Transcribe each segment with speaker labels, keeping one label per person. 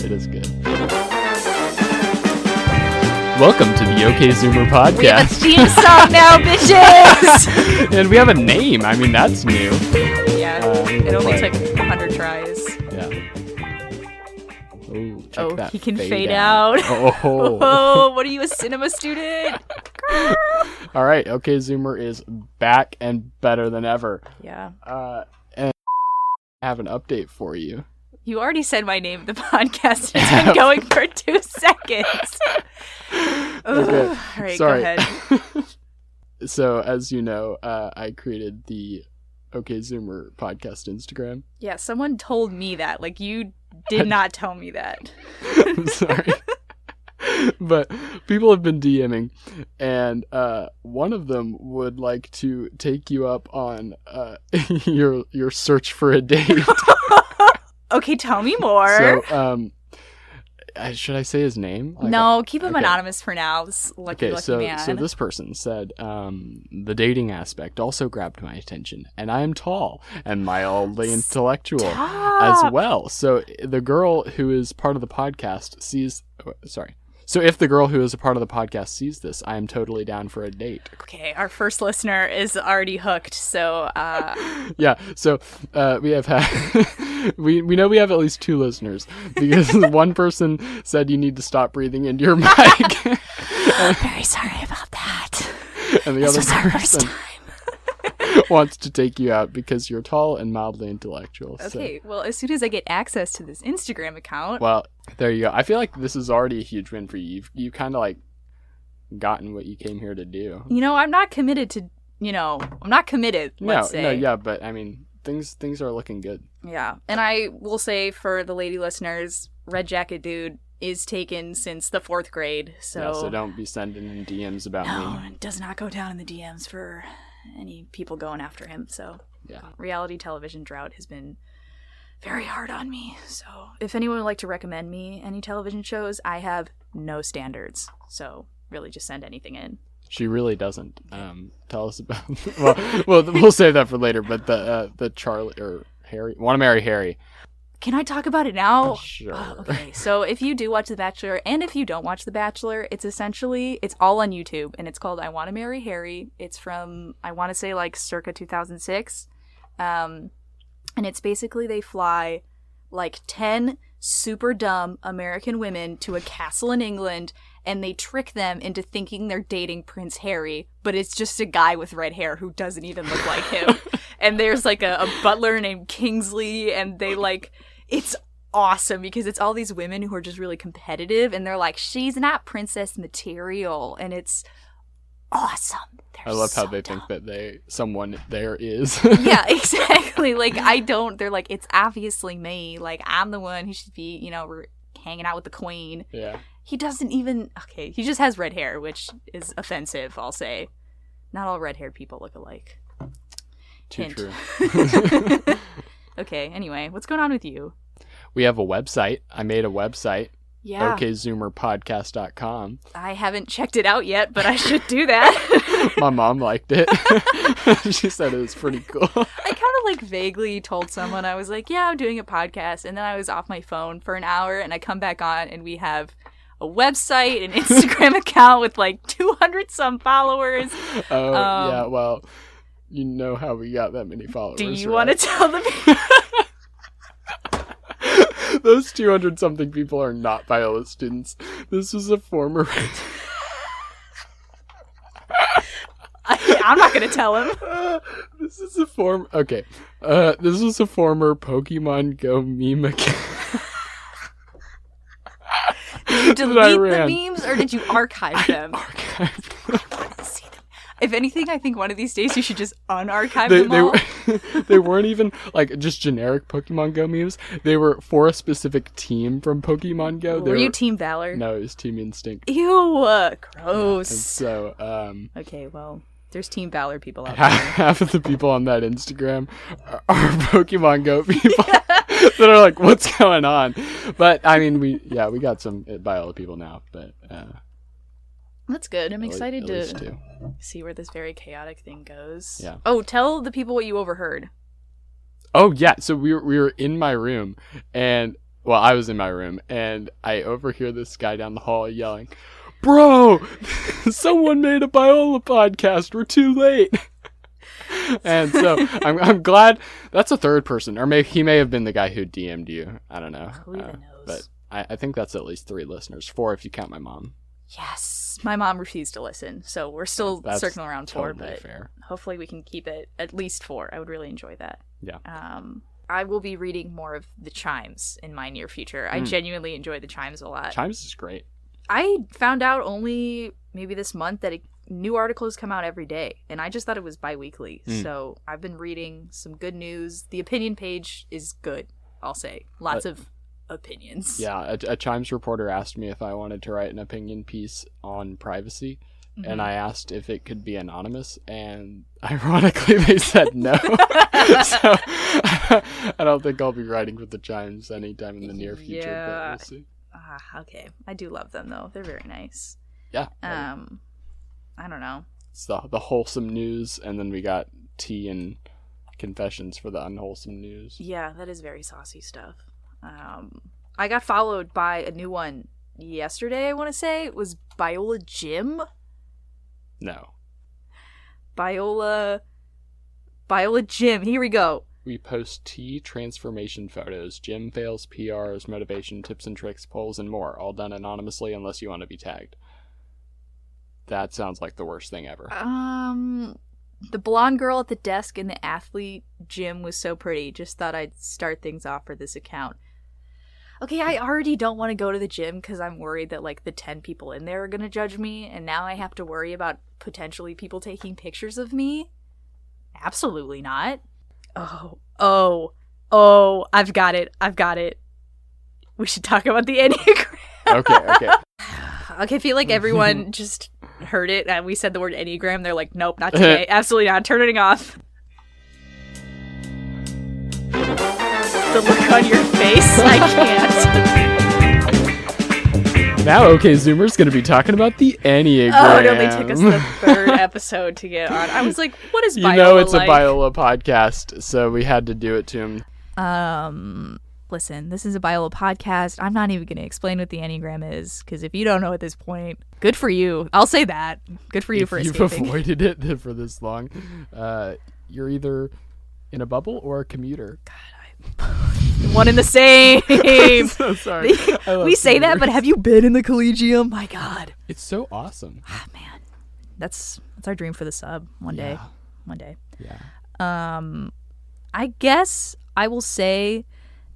Speaker 1: It is good. Welcome to the OK
Speaker 2: We
Speaker 1: Zoomer
Speaker 2: have a
Speaker 1: podcast.
Speaker 2: theme song now, bitches.
Speaker 1: and we have a name. I mean, that's new.
Speaker 2: yeah,
Speaker 1: Um,
Speaker 2: it only
Speaker 1: but-
Speaker 2: took 100 tries.
Speaker 1: Yeah. Oh, check
Speaker 2: Oh,
Speaker 1: that
Speaker 2: he can fade, out.
Speaker 1: Oh.
Speaker 2: Oh, what are you, a cinema student?
Speaker 1: All right. OK Zoomer is back and better than ever.
Speaker 2: Yeah,
Speaker 1: Uh, and I have an update for you.
Speaker 2: you already said my name. The podcast has been going for two seconds.
Speaker 1: Okay,
Speaker 2: Ugh, All right,
Speaker 1: Sorry.
Speaker 2: go ahead.
Speaker 1: so, as you know, uh, I created the OK Zoomer podcast Instagram.
Speaker 2: Yeah, someone told me that. Like, you did not tell me that.
Speaker 1: I'm sorry. but people have been DMing, and uh, one of them would like to take you up on uh, your your search for a date.
Speaker 2: Okay, tell me more.
Speaker 1: so, um, I, should I say his name? Like,
Speaker 2: no, keep him
Speaker 1: okay.
Speaker 2: anonymous for now. This lucky,
Speaker 1: Okay,
Speaker 2: lucky
Speaker 1: so
Speaker 2: man.
Speaker 1: so this person said um, the dating aspect also grabbed my attention, and I am tall and mildly intellectual as
Speaker 2: Stop.
Speaker 1: well. So the girl who is part of the podcast sees. oh, Sorry. So if the girl who is a part of the podcast sees this, I am totally down for a date.
Speaker 2: Okay, our first listener is already hooked, so uh,
Speaker 1: Yeah. So uh, we have had. we we know we have at least two listeners because one person said you need to stop breathing into your mic,
Speaker 2: I'm very sorry about that.
Speaker 1: and the
Speaker 2: This
Speaker 1: other
Speaker 2: was our first
Speaker 1: person
Speaker 2: time.
Speaker 1: wants to take you out because you're tall and mildly intellectual. so-
Speaker 2: Okay, well, as soon as I get access to this Instagram account,
Speaker 1: Well, there you go. I feel like this is already a huge win for you. You've you kind of like gotten what you came here to do.
Speaker 2: you know, I'm not committed to, you know, I'm not committed.
Speaker 1: No,
Speaker 2: let's say.
Speaker 1: no, yeah, but I mean, things things are looking good.
Speaker 2: Yeah. And I will say for the lady listeners, Red Jacket Dude is taken since the fourth grade, so,
Speaker 1: So, so don't be sending in DMs about
Speaker 2: no,
Speaker 1: me.
Speaker 2: it does not go down in the DMs for any people going after him. So
Speaker 1: Yeah.
Speaker 2: reality television drought has been very hard on me. So, if anyone would like to recommend me any television shows, I have no standards. So, really just send anything in.
Speaker 1: She really doesn't. Um, tell us about. well, well, we'll save that for later. But the uh, the Charlie or Harry want to marry Harry?
Speaker 2: Can I talk about it now?
Speaker 1: sure.
Speaker 2: Oh, okay. So, if you do watch The Bachelor and if you don't watch The Bachelor, it's essentially it's all on YouTube and it's called I Want to Marry Harry. It's from I want to say like circa 2006. Um and it's basically they fly like 10 super dumb American women to a castle in England and they trick them into thinking they're dating Prince Harry, but it's just a guy with red hair who doesn't even look like him. and there's like a, a butler named Kingsley, and they like it's awesome because it's all these women who are just really competitive and they're like, she's not princess material. And it's awesome. They're
Speaker 1: I love how
Speaker 2: so
Speaker 1: they think
Speaker 2: dumb.
Speaker 1: that they someone there is.
Speaker 2: yeah, exactly. Like I don't. They're like, it's obviously me. Like I'm the one who should be, you know, re- hanging out with the queen.
Speaker 1: yeah.
Speaker 2: He doesn't even. Okay, he just has red hair, which is offensive. I'll say. Not all red haired people look alike.
Speaker 1: Too
Speaker 2: Hint.
Speaker 1: true.
Speaker 2: okay. Anyway, what's going on with you?
Speaker 1: We have a website. I made a website.
Speaker 2: Yeah,
Speaker 1: okzoomerpodcast.com.
Speaker 2: I haven't checked it out yet, but I should do that.
Speaker 1: My mom liked it. she said it was pretty cool.
Speaker 2: I kind of like vaguely told someone I was like, "Yeah, I'm doing a podcast," and then I was off my phone for an hour, and I come back on, and we have a website, an Instagram account with like 200 some followers.
Speaker 1: Oh
Speaker 2: Um,
Speaker 1: yeah, well, you know how we got that many followers.
Speaker 2: Do you want to tell the people?
Speaker 1: to? Those two hundred something people are not Viola students. This is a former.
Speaker 2: I, I'm not gonna tell them.
Speaker 1: this is a form. Okay, uh, this is a former Pokemon Go meme account.
Speaker 2: Did you delete
Speaker 1: ran.
Speaker 2: the memes or did you archive them?
Speaker 1: Archived.
Speaker 2: See them. If anything, I think one of these days you should just unarchive
Speaker 1: they
Speaker 2: them all.
Speaker 1: they, they weren't even like just generic Pokemon Go memes. They were for a specific team from Pokemon Go. They
Speaker 2: Were you Team Valor?
Speaker 1: no, it was Team Instinct.
Speaker 2: Ew, uh,
Speaker 1: And
Speaker 2: gross.
Speaker 1: so, um,
Speaker 2: Okay, well, there's Team Valor people out
Speaker 1: ha-
Speaker 2: there.
Speaker 1: half of the people on that Instagram are, are Pokemon Go people that are like, "What's going on?" But I mean, we yeah, we got some uh, Viola people now, but uh,
Speaker 2: That's good. I'm
Speaker 1: at le-
Speaker 2: excited
Speaker 1: at
Speaker 2: to
Speaker 1: least two.
Speaker 2: see where this very chaotic thing goes.
Speaker 1: Yeah.
Speaker 2: Oh, tell the people what you overheard.
Speaker 1: Oh yeah, so we were, we were in my room and well, I was in my room and I overhear this guy down the hall yelling, Bro, someone made a Biola podcast. We're too late. and so I'm, I'm glad that's a third person, or may, he may have been the guy who DM'd you. I don't know.
Speaker 2: Who
Speaker 1: Uh,
Speaker 2: even knows?
Speaker 1: but- I, I think that's at least three listeners, four if you count my mom.
Speaker 2: yes, my mom refused to listen, so we're still
Speaker 1: That's
Speaker 2: circling around four.
Speaker 1: Totally
Speaker 2: but
Speaker 1: fair.
Speaker 2: hopefully we can keep it at least four. I would really enjoy that.
Speaker 1: Yeah.
Speaker 2: Um, I will be reading more of the chimes in my near future. I
Speaker 1: Mm.
Speaker 2: genuinely enjoy the chimes a lot.
Speaker 1: Chimes is great.
Speaker 2: I found out only maybe this month that it, new articles come out every day, and I just thought it was bi-weekly.
Speaker 1: Mm.
Speaker 2: So I've been reading some good news. The opinion page is good. I'll say lots of opinions.
Speaker 1: Uh, Yeah, a, a Chimes reporter asked me if I wanted to write an opinion piece on privacy,
Speaker 2: Mm-hmm.
Speaker 1: and I asked if it could be anonymous, and ironically, they said no. so I don't think I'll be writing with the Chimes anytime in the near future.
Speaker 2: Yeah.
Speaker 1: But we'll see.
Speaker 2: Ah, okay. I do love them though. They're very nice.
Speaker 1: Oh, Yeah, right.
Speaker 2: Um, I don't know.
Speaker 1: it's the, the wholesome news, and then we got tea and confessions for the unwholesome news.
Speaker 2: Yeah, that is very saucy stuff. Um, I got followed by a new one yesterday. I want to say it was Biola Jim.
Speaker 1: No,
Speaker 2: Biola. Biola Jim. Here we go.
Speaker 1: we post tea transformation photos, gym fails, PRs, motivation tips and tricks, polls, and more, all done anonymously unless you want to be tagged. That sounds like the worst thing ever.
Speaker 2: Um, the blonde girl at the desk in the athlete gym was so pretty. Just thought I'd start things off for this account. Okay, I already don't want to go to the gym because I'm worried that like the ten people in there are gonna judge me, and now I have to worry about potentially people taking pictures of me. Absolutely not. Oh, oh, oh! I've got it. I've got it. We should talk about the enneagram.
Speaker 1: okay, okay.
Speaker 2: Okay, I feel
Speaker 1: Mm-hmm.
Speaker 2: like everyone just heard it and we said the word Enneagram. They're like, nope, not today. Absolutely not. Turning off. The look on your face. I can't.
Speaker 1: Now, okay, Zoomer's going to be talking about the Enneagram.
Speaker 2: Oh, it only took us the third episode to get on. I was like, what is Biola
Speaker 1: you know, it's
Speaker 2: like?
Speaker 1: a Biola podcast, so we had to do it to him.
Speaker 2: Um, listen, this is a Biola podcast. I'm not even going to explain what the Enneagram is because if you don't know at this point, good for you. I'll say that. Good for you
Speaker 1: if
Speaker 2: for
Speaker 1: you've
Speaker 2: escaping.
Speaker 1: avoided it for this long, uh, you're either in a bubble or a commuter.
Speaker 2: One and the same.
Speaker 1: so sorry. I love
Speaker 2: we say
Speaker 1: commuter.
Speaker 2: that, but have you been in the Collegium? My God,
Speaker 1: It's so awesome.
Speaker 2: Ah, man, that's that's our dream for the sub one day,
Speaker 1: Yeah.
Speaker 2: one day.
Speaker 1: Yeah.
Speaker 2: I guess I will say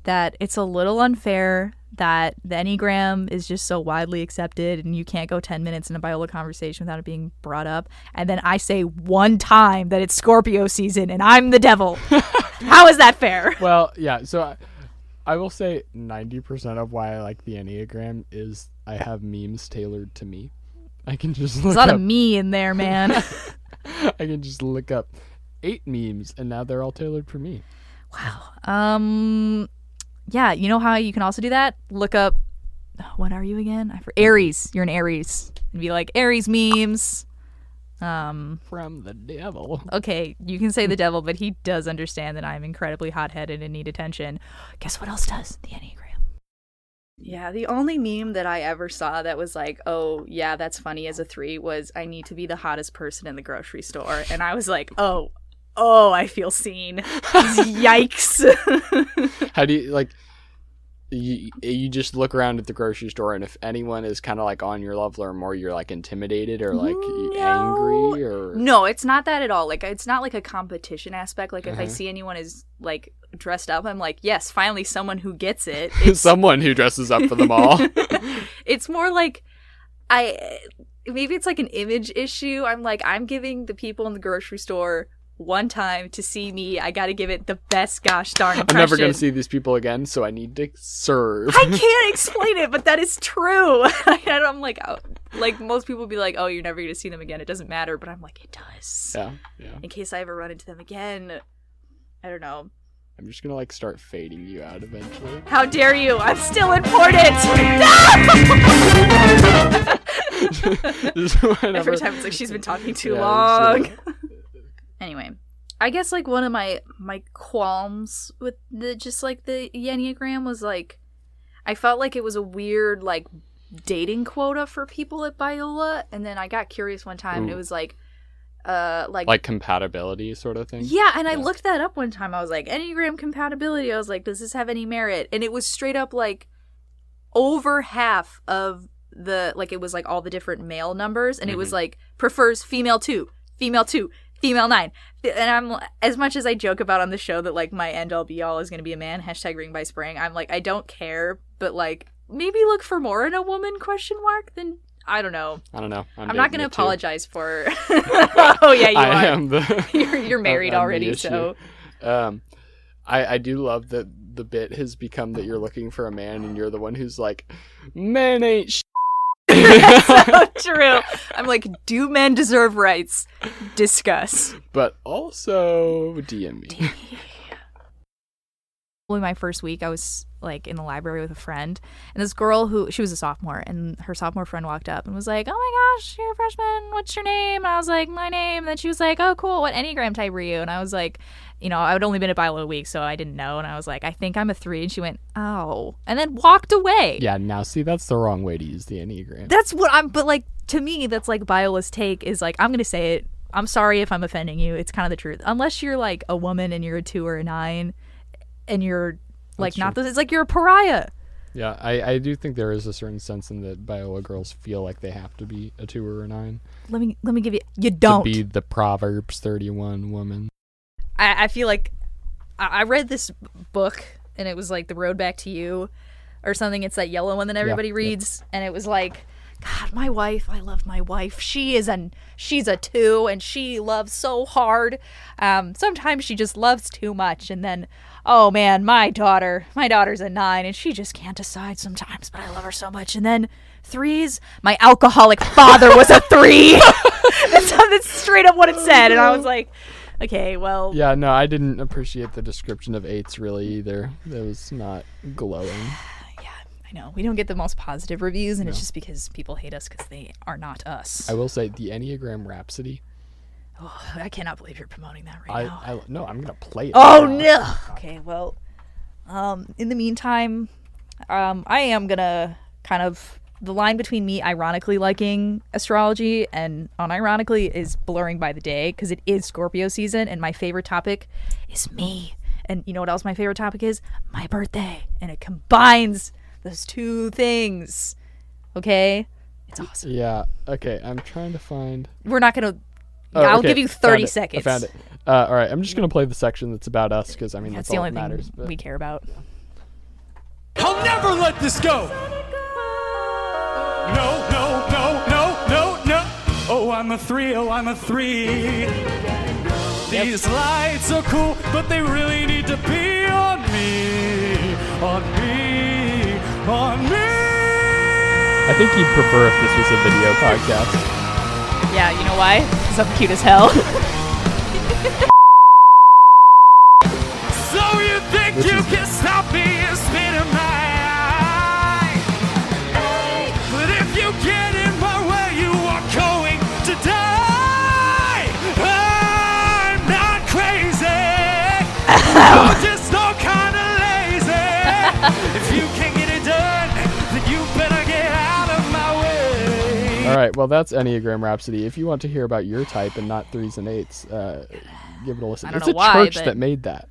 Speaker 2: that it's a little unfair that the Enneagram is just so widely accepted, and you can't go ten minutes in a Biola conversation without it being brought up. And then I say one time that it's Scorpio season, and I'm the devil. How is that fair?
Speaker 1: Well, yeah. So I, I will say 90% of why I like the Enneagram is I have memes tailored to me. I can just look
Speaker 2: There's a lot
Speaker 1: up
Speaker 2: of me in there, man.
Speaker 1: I can just look up eight memes and now they're all tailored for me.
Speaker 2: Um, yeah, you know how you can also do that? Look up oh, what are you again? I for Aries. You're an Aries, and be like Aries memes. Um,
Speaker 1: From the devil.
Speaker 2: okay, you can say the devil, but he does understand that I'm incredibly hot-headed and need attention. Guess what else does the Enneagram? Yeah, the only meme that I ever saw that was like, "Oh, yeah, that's funny" as a 3 was I need to be the hottest person in the grocery store. And I was like, "Oh, oh, I feel seen." Yikes.
Speaker 1: How do you like you, you just look around at the grocery store and if anyone is kind of like on your level or more you're like intimidated or like you
Speaker 2: No.
Speaker 1: angry or
Speaker 2: No, it's not that at all. Like it's not like a competition aspect. Like if I
Speaker 1: Uh-huh.
Speaker 2: see anyone is like dressed up, I'm like, yes, finally someone who gets it. It's,
Speaker 1: someone who dresses up for them all.
Speaker 2: it's more like I maybe it's like an image issue. I'm like I'm giving the people in the grocery store one time to see me. I got to give it the best gosh darn
Speaker 1: I'm
Speaker 2: impression.
Speaker 1: never going to see these people again, so I need to serve.
Speaker 2: I can't explain it, but that is true. and I'm like, oh, like most people be like, oh, you're never gonna see them again. It doesn't matter, but I'm like, it does.
Speaker 1: Yeah, yeah.
Speaker 2: in case I ever run into them again. I don't know.
Speaker 1: I'm just gonna like start fading you out eventually.
Speaker 2: How dare you? I'm still important. No!
Speaker 1: Just whenever-
Speaker 2: Every time it's like she's been talking too
Speaker 1: Yeah,
Speaker 2: long.
Speaker 1: it's, uh,
Speaker 2: Anyway, I guess like one of my my qualms with the just like the Enneagram was like I felt like it was a weird like dating quota for people at Biola, and then I got curious one time, and
Speaker 1: Ooh.
Speaker 2: it was like, uh, like,
Speaker 1: like compatibility sort of thing.
Speaker 2: yeah. And I
Speaker 1: yeah.
Speaker 2: looked that up one time. I was like, Enneagram compatibility. I was like, does this have any merit? And it was straight up like over half of the like it was like all the different male numbers, and it was
Speaker 1: Mhm.
Speaker 2: like prefers female two, female two. Female nine, and I'm as much as I joke about on the show that like my end all be all is gonna be a man. Hashtag ring by spring. I'm like I don't care, but like maybe look for more in a woman question mark than I don't know.
Speaker 1: I don't know. I'm,
Speaker 2: I'm not
Speaker 1: dating
Speaker 2: going to
Speaker 1: it too.
Speaker 2: apologize for. oh yeah, you
Speaker 1: I
Speaker 2: are.
Speaker 1: am the.
Speaker 2: You're, you're married
Speaker 1: I'm the
Speaker 2: already,
Speaker 1: issue.
Speaker 2: so
Speaker 1: Um, I I do love that the bit has become that you're looking for a man and you're the one who's like, men ain't. Sh-.
Speaker 2: so true. I'm like, do men deserve rights? Discuss.
Speaker 1: but also DM me.
Speaker 2: Probably my first week, I was like in the library with a friend, and this girl who she was a sophomore, and her sophomore friend walked up and was like, "Oh my gosh, you're a freshman. What's your name?" And I was like, "My name." And then she was like, "Oh, cool. What enneagram type were you?" And I was like, "You know, I would only been at Bible a week, so I didn't know." And I was like, "I think I'm a three. And she went, "Oh," and then walked away.
Speaker 1: Yeah, now see that's the wrong way to use the enneagram.
Speaker 2: That's what I'm. But like to me, that's like Biola's take is like I'm gonna say it. I'm sorry if I'm offending you. It's kind of the truth. Unless you're like a woman and you're a two or a nine, and you're like
Speaker 1: That's
Speaker 2: not this. It's like you're a pariah.
Speaker 1: Yeah, I, I do think there is a certain sense in that Biola girls feel like they have to be a two or a nine
Speaker 2: Let me let me give you. You don't.
Speaker 1: to be the Proverbs thirty one woman.
Speaker 2: I, I feel like I, I read this book and it was like The Road Back to You or something. It's that yellow one that everybody
Speaker 1: yeah.
Speaker 2: reads, and it was like, God, my wife. I love my wife. She is an she's a two, and she loves so hard. Um, sometimes she just loves too much, and then. Oh man, my daughter. My daughter's a nine and she just can't decide sometimes, but I love her so much. And then threes, my alcoholic father was a three. that's, that's straight up what it said. And I was like, okay, well,
Speaker 1: Yeah, no, I didn't appreciate the description of eights really either. That was not glowing.
Speaker 2: I know we don't get the most positive reviews, and it's just because people hate us because they are not us.
Speaker 1: I will say the Enneagram Rhapsody.
Speaker 2: oh, I cannot believe you're promoting that
Speaker 1: I,
Speaker 2: right now.
Speaker 1: I no, I'm gonna play it.
Speaker 2: oh
Speaker 1: now.
Speaker 2: no. Okay, well, um, in the meantime, um, I am gonna kind of the line between me ironically liking astrology and unironically is blurring by the day because it is Scorpio season, and my favorite topic is me. And you know what else my favorite topic is? My birthday, and it combines those two things. Okay, it's awesome.
Speaker 1: Yeah. Okay, I'm trying to find.
Speaker 2: We're not gonna.
Speaker 1: Mm. Oh,
Speaker 2: I'll
Speaker 1: okay,
Speaker 2: give you
Speaker 1: found
Speaker 2: thirty
Speaker 1: it,
Speaker 2: seconds.
Speaker 1: I found it. Uh, all right, I'm just gonna play the section that's about us because I mean
Speaker 2: That's
Speaker 1: that's,
Speaker 2: the
Speaker 1: all
Speaker 2: only
Speaker 1: that matters.
Speaker 2: thing
Speaker 1: but-
Speaker 2: we care about.
Speaker 3: I'll never let this go. No, no, no, no, no, no. Oh, I'm a three. Oh, I'm a three. These lights are cool, but they really need to be on me, on me, on me.
Speaker 1: I think you'd prefer if this was a video podcast.
Speaker 2: Yeah, you know why? Because I'm cute as hell.
Speaker 3: So you think
Speaker 1: Which
Speaker 3: you
Speaker 1: is-
Speaker 3: can stop me and spit in my eye? But if you get in my way, you are going to die. I'm not crazy. I'm just all kind of lazy. if you can't get it done, then you better get out of my way.
Speaker 1: All right, well that's Enneagram Rhapsody. If you want to hear about your type and not threes and eights, uh, give it a listen.
Speaker 2: I don't
Speaker 1: it's
Speaker 2: know
Speaker 1: a
Speaker 2: why,
Speaker 1: church
Speaker 2: but-
Speaker 1: that made that.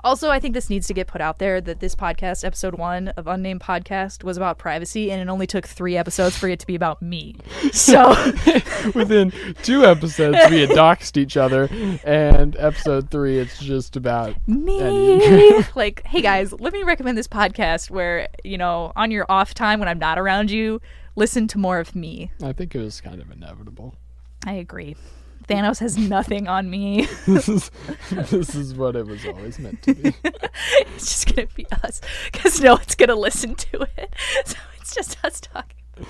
Speaker 2: also, I think this needs to get put out there that this podcast, episode one of Unnamed Podcast, was about privacy, and it only took three episodes for it to be about me. So,
Speaker 1: Within two episodes, we had doxed each other, and episode three, it's just about
Speaker 2: me. like, hey guys, let me recommend this podcast where, you know, on your off time when I'm not around you, listen to more of me.
Speaker 1: I think it was kind of inevitable.
Speaker 2: I agree. Thanos has nothing on me.
Speaker 1: This is this is what it was always meant to be.
Speaker 2: it's just gonna be us because no one's gonna listen to it so it's just us talking
Speaker 1: But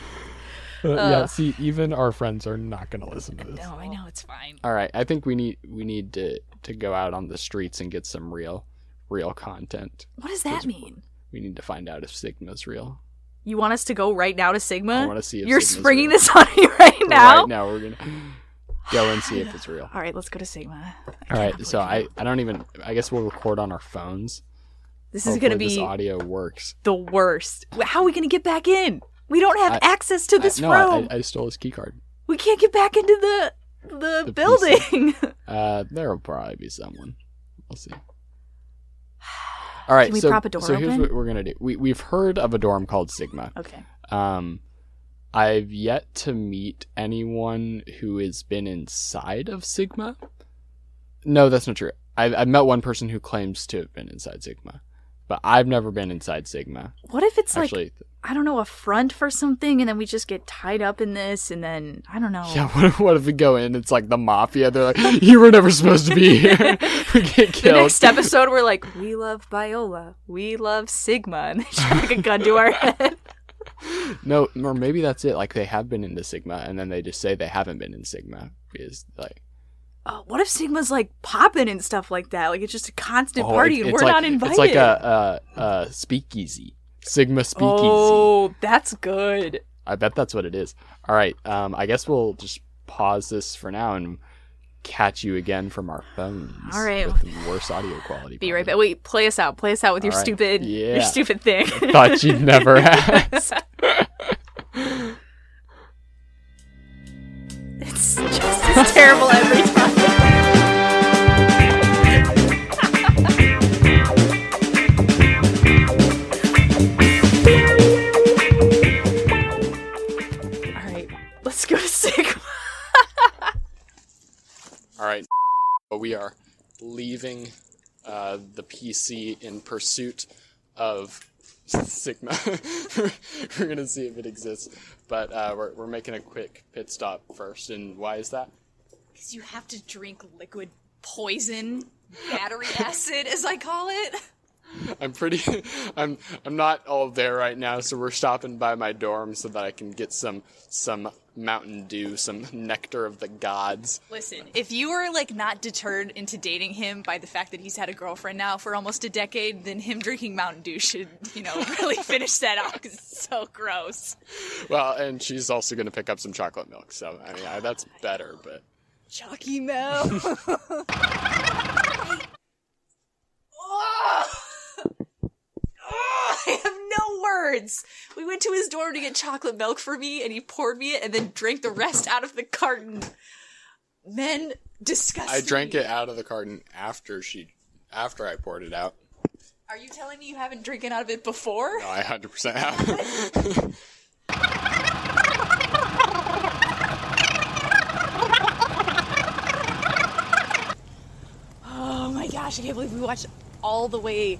Speaker 1: yeah, see, even our friends are not going to listen to this.
Speaker 2: no i know it's fine
Speaker 1: All right, I think we need we need to to go out on the streets and get some real real content.
Speaker 2: what does that mean
Speaker 1: We need to find out if Sigma's real.
Speaker 2: you want us to go right now to sigma
Speaker 1: I wanna see if
Speaker 2: you're
Speaker 1: Sigma's
Speaker 2: springing
Speaker 1: real.
Speaker 2: this on me right
Speaker 1: But
Speaker 2: now?
Speaker 1: Right now, we're gonna go and see if it's real.
Speaker 2: all right let's go to sigma
Speaker 1: All right, so I I don't even I guess we'll record on our phones,
Speaker 2: This is going to
Speaker 1: Hopefully this
Speaker 2: be
Speaker 1: audio works.
Speaker 2: the worst. How are we going to get back in? We don't have
Speaker 1: I-
Speaker 2: access to this
Speaker 1: I, no,
Speaker 2: room.
Speaker 1: I, I stole his key card.
Speaker 2: we can't get back into the the,
Speaker 1: The
Speaker 2: building.
Speaker 1: Uh, there'll probably be someone. We'll see. All right.
Speaker 2: Can we
Speaker 1: so,
Speaker 2: prop a door
Speaker 1: so here's
Speaker 2: open?
Speaker 1: what we're gonna do. We we've heard of a dorm called Sigma.
Speaker 2: okay.
Speaker 1: Um, I've yet to meet anyone who has been inside of Sigma. No, that's not true. I've, I've met one person who claims to have been inside Sigma, but I've never been inside Sigma.
Speaker 2: What if it's like
Speaker 1: Actually,
Speaker 2: I don't know a front for something, and then we just get tied up in this, and then I don't know.
Speaker 1: yeah. What if, what if we go in? It's like the mafia. They're like, you were never supposed to be here. we get
Speaker 2: the
Speaker 1: killed.
Speaker 2: next episode, we're like, we love Biola, we love Sigma, and they shot like a gun to our head.
Speaker 1: No, or maybe that's it. Like they have been into Sigma, and then they just say they haven't been in Sigma. Is like
Speaker 2: Oh, what if Sigma's like popping and stuff like that? Like it's just a constant
Speaker 1: oh,
Speaker 2: party,
Speaker 1: it's-
Speaker 2: and
Speaker 1: it's
Speaker 2: we're
Speaker 1: like-
Speaker 2: not invited.
Speaker 1: It's like a, a, a speakeasy, Sigma speakeasy.
Speaker 2: Oh, that's good.
Speaker 1: I bet that's what it is. All right, um, I guess we'll just pause this for now and catch you again from our phones.
Speaker 2: All right.
Speaker 1: with the worse audio quality.
Speaker 2: Be right
Speaker 1: probably.
Speaker 2: back. Wait, play us out. Play us out with your
Speaker 1: All right.
Speaker 2: stupid,
Speaker 1: Yeah.
Speaker 2: your stupid thing.
Speaker 1: Thought you'd never ask.
Speaker 2: It's just as terrible every time. All right, let's go to Sigma.
Speaker 1: All right, but we are leaving uh, the PC in pursuit of Sigma. we're gonna see if it exists, but uh, we're we're making a quick pit stop first. And why is that?
Speaker 4: Because you have to drink liquid poison, battery acid, as I call it.
Speaker 1: I'm pretty. I'm I'm not all there right now, so we're stopping by my dorm so that I can get some some Mountain Dew, some nectar of the gods.
Speaker 4: Listen, if you are like not deterred into dating him by the fact that he's had a girlfriend now for almost a decade, then him drinking Mountain Dew should, you know, really finish that off because it's so gross.
Speaker 1: Well, and she's also gonna pick up some chocolate milk. So I mean, I, that's better, but.
Speaker 4: Chucky Mel. oh, I have no words. We went to his dorm to get chocolate milk for me, and he poured me it and then drank the rest out of the carton. Men, disgusting.
Speaker 1: I drank it out of the carton after she, after I poured it out. Oh,
Speaker 4: Are you telling me you haven't drinking out of it before?
Speaker 1: I 100% have.
Speaker 4: Oh my gosh, I can't believe we watched all the way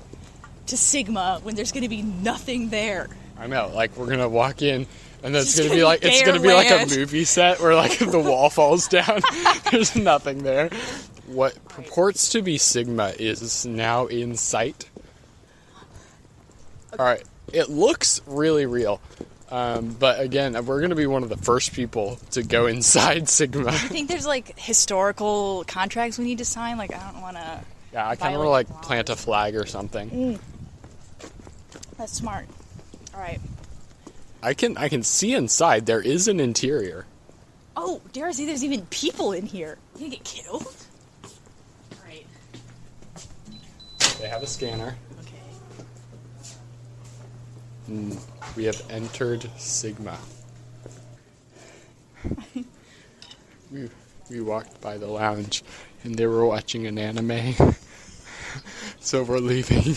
Speaker 4: to Sigma when there's going to be nothing there.
Speaker 1: I know. Like we're gonna walk in, and then it's
Speaker 4: Just
Speaker 1: gonna be
Speaker 4: gonna
Speaker 1: like it's
Speaker 4: bare
Speaker 1: gonna be like
Speaker 4: land.
Speaker 1: a movie set where like the wall falls down. There's nothing there. What purports to be Sigma is now in sight. All right, it looks really real. Um, but again, we're going to be one of the first people to go inside Sigma.
Speaker 4: I think there's like historical contracts we need to sign. Like, I don't want to.
Speaker 1: Yeah, I kind of
Speaker 4: Violate
Speaker 1: want to like
Speaker 4: the laws.
Speaker 1: plant a flag or something.
Speaker 4: That's smart. All right.
Speaker 1: I can I can see inside. There is an interior.
Speaker 4: Oh, dare I say there's even people in here. You gonna get killed? Right.
Speaker 1: They have a scanner.
Speaker 4: Okay.
Speaker 1: We have entered Sigma. we, we walked by the lounge and they were watching an anime. so we're leaving.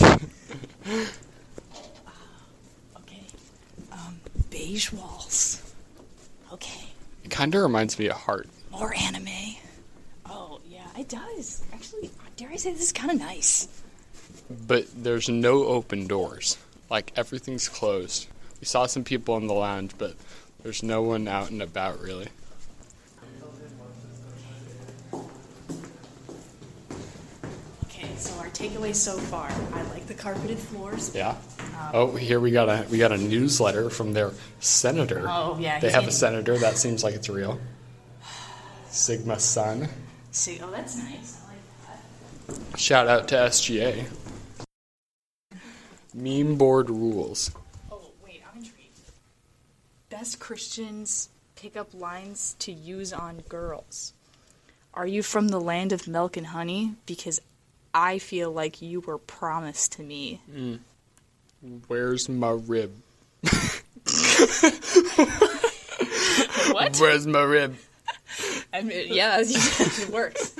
Speaker 4: Okay. Um, beige walls. Okay.
Speaker 1: it kind of reminds me of Heart.
Speaker 4: More anime. Oh, yeah, it does. Actually, dare I say this is kind of nice.
Speaker 1: But there's no open doors. Like everything's closed. We saw some people in the lounge, but there's no one out and about really.
Speaker 4: Okay, so our takeaway so far. I like the carpeted floors.
Speaker 1: Yeah. Oh, here we got a we got a newsletter from their senator.
Speaker 4: Oh, yeah,
Speaker 1: They
Speaker 4: he's
Speaker 1: have a
Speaker 4: getting-
Speaker 1: senator. That seems like it's real. Sigma Sun.
Speaker 4: See, oh, that's nice. I like
Speaker 1: Shout out to SGA. Meme board rules.
Speaker 4: Oh, wait, I'm intrigued. Best Christians pick up lines to use on girls.
Speaker 2: Are you from the land of milk and honey? Because I feel like you were promised to me.
Speaker 1: Where's my rib?
Speaker 2: What?
Speaker 1: Where's my rib?
Speaker 2: I mean, yeah, it works.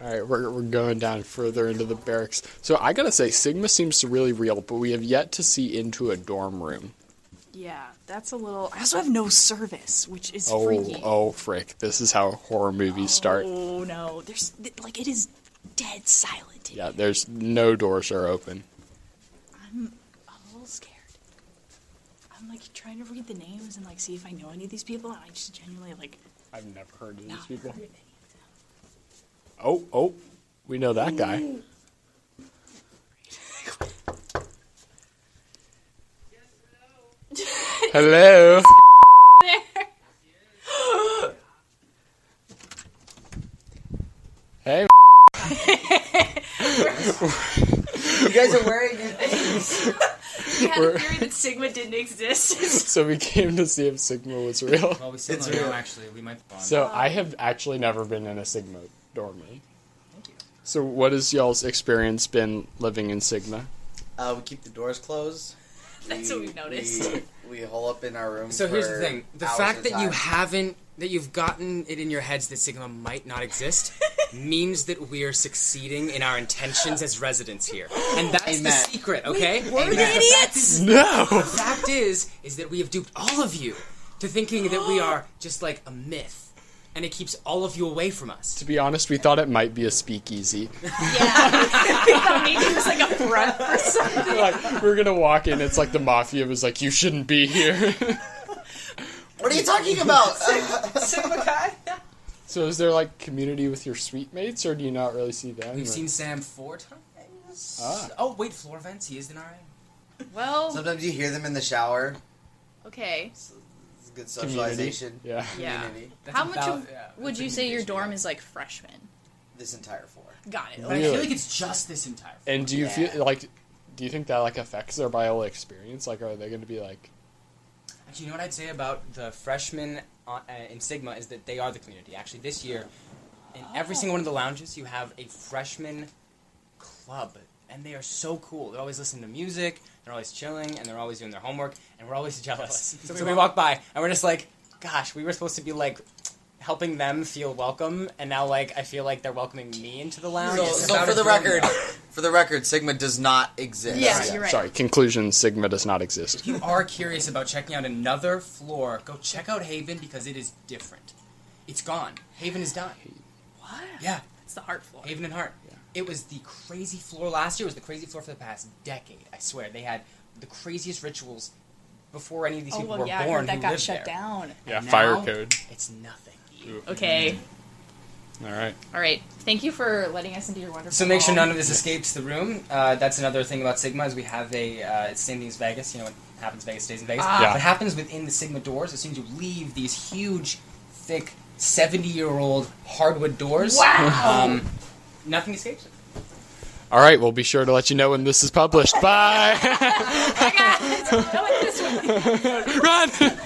Speaker 1: All right, we're, we're going down further into the barracks. So I gotta say, Sigma seems really real, but we have yet to see into a dorm room.
Speaker 2: Yeah, that's a little. I also have no service, which is
Speaker 1: Oh,
Speaker 2: freaky.
Speaker 1: oh, frick! This is how horror movies start.
Speaker 2: Oh, no, there's th- like it is dead silent. in
Speaker 1: Yeah,
Speaker 2: here.
Speaker 1: there's no doors are open.
Speaker 2: I'm a little scared. I'm like trying to read the names and like see if I know any of these people, and I just genuinely like
Speaker 1: I've never heard of
Speaker 2: not
Speaker 1: these
Speaker 2: heard
Speaker 1: people.
Speaker 2: of any of them.
Speaker 1: Oh, oh, we know that guy. Hello. Hey.
Speaker 5: You guys are wearing your things.
Speaker 2: We had a theory that Sigma didn't exist.
Speaker 1: So we came to see if Sigma was real.
Speaker 6: Well, we still
Speaker 5: It's
Speaker 6: don't know,
Speaker 5: real.
Speaker 6: actually. We might bond.
Speaker 1: So I have actually never been in a Sigma dorm room. So what has y'all's experience been living in Sigma?
Speaker 5: Uh, we keep the doors closed.
Speaker 2: That's
Speaker 5: We-
Speaker 2: what we've noticed.
Speaker 5: We, we hole up in our room.
Speaker 6: So here's the
Speaker 5: for
Speaker 6: thing: the
Speaker 5: hours
Speaker 6: fact
Speaker 5: at
Speaker 6: that
Speaker 5: a
Speaker 6: you
Speaker 5: time.
Speaker 6: haven't, that you've gotten it in your heads that Sigma might not exist, means that we are succeeding in our intentions as residents here, and that's the
Speaker 5: Amen.
Speaker 6: secret. Okay,
Speaker 5: we're the
Speaker 6: The fact is,
Speaker 1: No.
Speaker 6: the fact is, is that we have duped all of you to thinking that we are just like a myth, and it keeps all of you away from us.
Speaker 1: To be honest, we thought it might be a speakeasy.
Speaker 2: Maybe it was like a breath or something.
Speaker 1: like we're gonna walk in, it's like the mafia was like, "You shouldn't be here."
Speaker 5: What are you talking about?
Speaker 2: Sigma Chi?
Speaker 1: so is there like community with your suite mates, or do you not really see them?
Speaker 6: We've
Speaker 1: or-
Speaker 6: seen Sam four times.
Speaker 1: Ah.
Speaker 6: Oh wait, floor vents. He is an RA.
Speaker 2: Well,
Speaker 5: Sometimes you hear them in the shower.
Speaker 2: okay.
Speaker 5: It's good
Speaker 1: Community.
Speaker 5: socialization.
Speaker 1: Yeah.
Speaker 2: Yeah.
Speaker 5: Community.
Speaker 6: That's
Speaker 2: How much
Speaker 6: about-
Speaker 2: of,
Speaker 6: yeah,
Speaker 2: would
Speaker 6: that's
Speaker 2: you
Speaker 6: a
Speaker 2: say your
Speaker 6: communication
Speaker 2: dorm
Speaker 6: gap.
Speaker 2: is like freshman?
Speaker 5: This entire floor.
Speaker 2: Got it.
Speaker 6: But I
Speaker 1: Really?
Speaker 6: feel like it's just this entire.
Speaker 1: And do you
Speaker 5: Yeah.
Speaker 1: feel like? Do you think that like affects their Biola experience? Like, are they gonna be like?
Speaker 6: Actually, you know what I'd say about the freshmen on, uh, in Sigma is that they are the community. Actually, this year, in every single one of the lounges, you have a freshman club, and they are so cool. They're always listening to music, they're always chilling, and they're always doing their homework, and we're always jealous. so we walk by, and we're just like, gosh, we were supposed to be like. Helping them feel welcome, and now like I feel like they're welcoming me into the lounge.
Speaker 5: So,
Speaker 6: It's
Speaker 5: so
Speaker 6: about
Speaker 5: for
Speaker 6: a
Speaker 5: the
Speaker 6: dorm
Speaker 5: record,
Speaker 6: room.
Speaker 5: for the record, Sigma does not exist.
Speaker 2: Yeah. you're right.
Speaker 1: Sorry. Conclusion: Sigma does not exist.
Speaker 6: you are curious about checking out another floor, go check out Haven because it is different. It's gone. Haven is done.
Speaker 2: What?
Speaker 6: Yeah,
Speaker 2: It's the heart floor.
Speaker 6: Haven and Heart. It was the crazy floor last year. It was the crazy floor for the past decade. I swear they had the craziest rituals before any of these
Speaker 2: Oh,
Speaker 6: people
Speaker 2: well,
Speaker 6: were
Speaker 2: yeah, I
Speaker 6: born.
Speaker 2: heard that
Speaker 6: who
Speaker 2: got
Speaker 6: lived
Speaker 2: shut
Speaker 6: there.
Speaker 2: down.
Speaker 1: Yeah.
Speaker 6: Now,
Speaker 1: Fire code.
Speaker 6: It's nothing.
Speaker 2: Okay.
Speaker 1: All right.
Speaker 2: All right. Thank you for letting us into your wonderful.
Speaker 6: So make sure
Speaker 2: hall.
Speaker 6: none of this escapes the room. Uh, that's another thing about Sigma is we have a uh, it's same thing as Vegas. You know what happens Vegas stays in Vegas.
Speaker 2: Ah.
Speaker 1: Yeah.
Speaker 6: What happens within the Sigma doors as soon as you leave these huge, thick, seventy-year-old hardwood doors.
Speaker 2: Wow.
Speaker 6: Um, nothing escapes it.
Speaker 1: All right. We'll be sure to let you know when this is published. Bye.
Speaker 2: I got it. Go with this one.
Speaker 1: Run.